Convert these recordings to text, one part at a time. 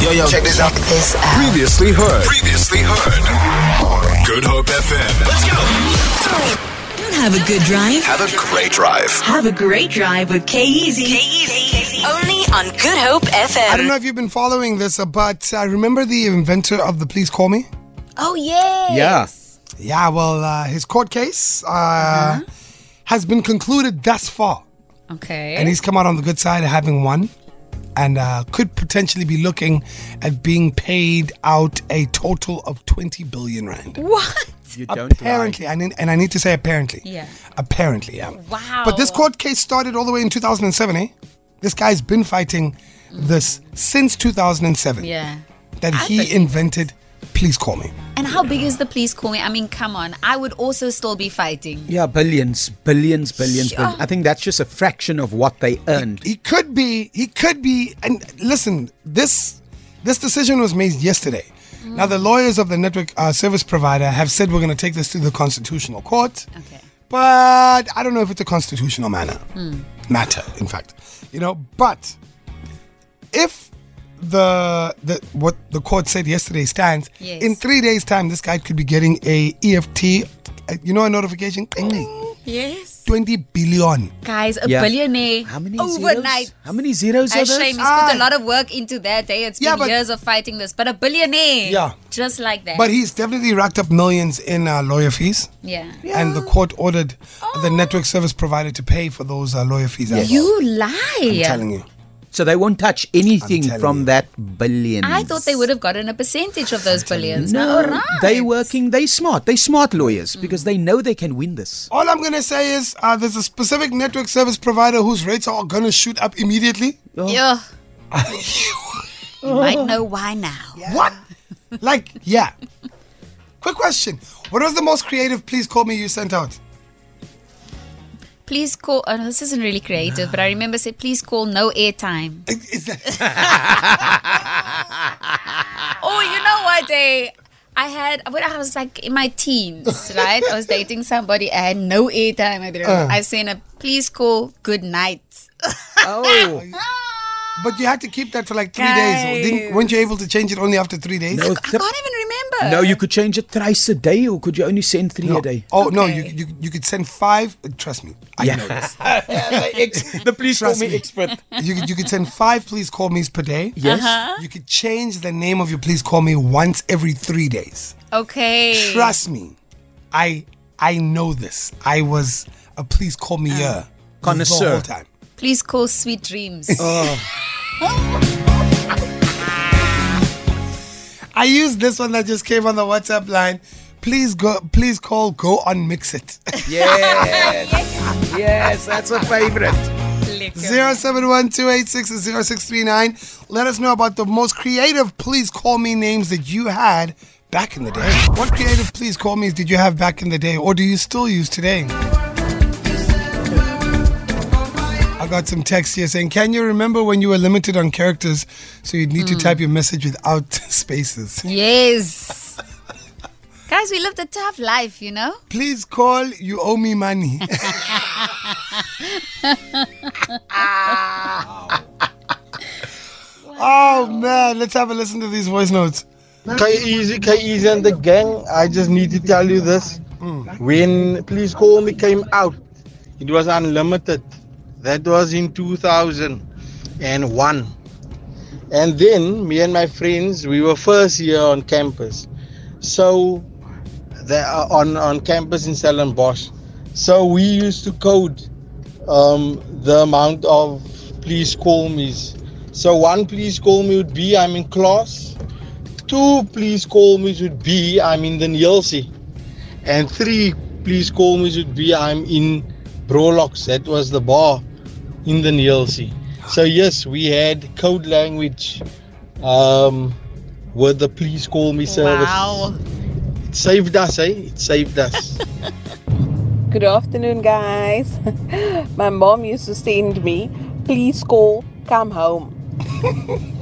Yo, yo, check this out. This out. Previously heard. Previously heard. Good Hope FM. Let's go. Don't have a good drive. Have a great drive. Have a great drive with K-Easy. Only on Good Hope FM. I don't know if you've been following this, uh, but uh, remember the inventor of the Please Call Me? Oh, yay. Yeah. Yeah, well, uh, his court case uh, has been concluded thus far, Okay. and he's come out on the good side of having won, and uh, could potentially be looking at being paid out a total of 20 billion rand. what? You don't apparently, I need, and I need to say apparently. Yeah. Apparently, yeah. Wow. But this court case started all the way in 2007, eh? This guy's been fighting this since 2007. Yeah. That he invented Please Call Me. And how big is the police call me? I mean, come on. I would also still be fighting. Yeah, billions, billions, billions, billions. I think that's just a fraction of what they earned. He could be, he could be, and listen, this this decision was made yesterday. Mm. Now, the lawyers of the network uh, service provider have said we're going to take this to the Constitutional Court. Okay. but I don't know if it's a constitutional manner Hmm. matter. In fact, you know, but if the the what the court said yesterday stands, Yes. in three days' time, this guy could be getting a EFT. uh, You know, a notification. Ding, ding, Yes. Twenty billion. Guys, a Yeah. billionaire How many overnight. zeros? How many zeros A are those? shame. He's Ah. put a lot of work into that. Eh? It's Yeah, been but- years of fighting this, but a billionaire. Yeah. Just like that. But he's definitely racked up millions in uh, lawyer fees, yeah. Oh. and the court ordered the network service provider to pay for those uh, lawyer fees. as well. You lie. I'm telling you. So they won't touch anything I'm telling from you. that billions. I thought they would have gotten a percentage of those billions. No, All right. Mm. they working. They smart. They smart lawyers because they know they can win this. All I'm gonna say is uh, there's a specific network service provider whose rates are gonna shoot up immediately. Yeah. Oh. you might know why now. What? like, yeah. Quick question. What was the most creative please call me you sent out? Please call. Oh, no, this isn't really creative, but I remember said, please call no airtime. Is is that Oh, you know what? They, I had when I was like in my teens, right? I was dating somebody. I had no airtime. I, didn't- Uh. I sent a please call good night. Oh But you had to keep that for like three days. Didn't, weren't you able to change it only after three days? no! I th- can't even remember. no, you could change it thrice a day, or could you only send three a day? Oh no, Okay. you, you you could send five. uh, Trust me, I know this. the police Trust me. expert. You could you could send five please call me's per day. Uh-huh. Yes. You could change the name of your please call me once every three days. Okay. Trust me, I I know this. I was a please call me uh, the Connoisseur. whole time. Please call sweet dreams. Oh. I used this one that just came on the WhatsApp line. Please go. Please call. Go on. Mix it. Yes. yes, that's a favorite. Zero seven one two eight six zero six three nine. Let us know about the most creative please call me names that you had back in the day. What creative please call me's did you have back in the day, or do you still use today? I got some text here saying, "Can you remember when you were limited on characters, so you'd need to type your message without spaces?" yes. Guys, we lived a tough life, you know. Please call. You owe me money. oh man, let's have a listen to these voice notes. K Easy, K Easy and the gang. I just need to tell you this. When Please Call Me came out, it was unlimited. That was in 2001. And then me and my friends, we were first year on campus. So they are on, on campus in Stellenbosch. So we used to code um, the amount of please call me's. So one please call me would be I'm in class. Two please call me's would be I'm in the Nielsi. And three please call me's would be I'm in Brolox. That was the bar in the Nielsi. So yes, we had code language um, with the please call me service. Wow. It saved us, eh? It saved us. Good afternoon, guys. My mom used to send me, please call, come home.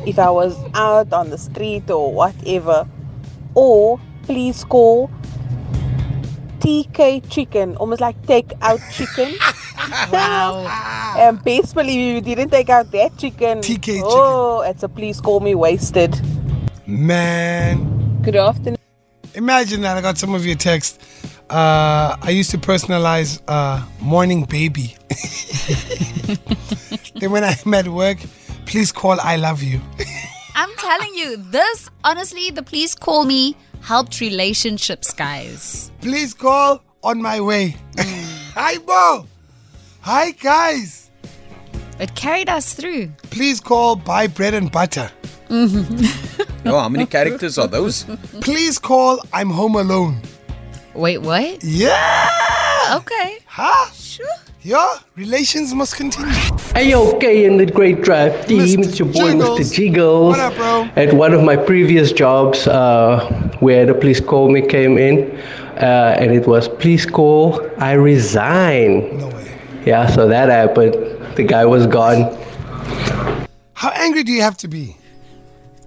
if I was out on the street or whatever. Or, please call TK chicken, almost like take out chicken. Wow. And best believe you didn't take out that chicken. TK chicken. Oh, it's a please call me wasted. Man, Good afternoon. imagine that. I got some of your texts. Uh, I used to personalize uh, morning baby. then when I'm at work, please call I love you. I'm telling you, this honestly, the please call me helped relationships, guys. Please call on my way. Hi, Bo. Hi, guys. It carried us through. Please call buy bread and butter. Oh, how many characters are those? Please call I'm home alone. Wait, what? Yeah. Okay. Huh? Sure. Yeah. Relations must continue. Hey, yo, Kay and the Great Drive team. Mr. It's your boy, Jiggles. Mr. Jiggles. What up, bro? At one of my previous jobs, uh, where the police call me came in, uh, and it was please call, I resign. No way. Yeah, so that happened. The guy was gone. How angry do you have to be?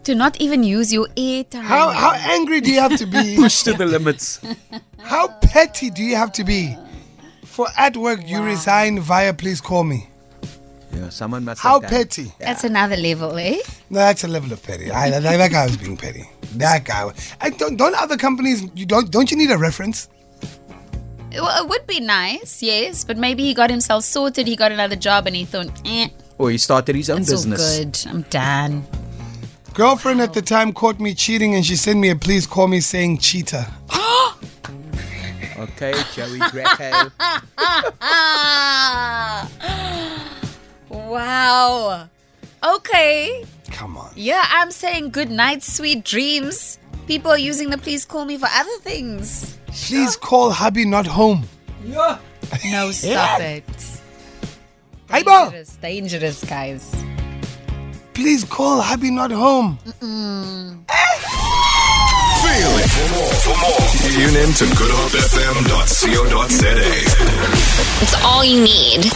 Do not even use your airtime. How how angry do you have to be? Push to the limits. How petty do you have to be? For at work you resign via please call me. Yeah, someone must. How have done. petty? That's another level, eh? No, that's a level of petty. I, that, that guy was being petty. That guy. was- And don't, don't other companies you don't don't you need a reference? Well, it would be nice, yes, but maybe he got himself sorted, he got another job, and he thought, eh, Or he started his own it's all business. good. I'm done. Girlfriend at the time caught me cheating and she sent me a please call me saying cheater. Okay, Joey Greco. Ah! wow. Okay. Come on. Yeah, I'm saying good night, sweet dreams. People are using the please call me for other things. Please call hubby not home. No, stop it. Hey, Bo. Dangerous, dangerous, guys. Please call hubby not home. Feel it. For more, for more, tune in to goodhopefm.co.za. It's all you need.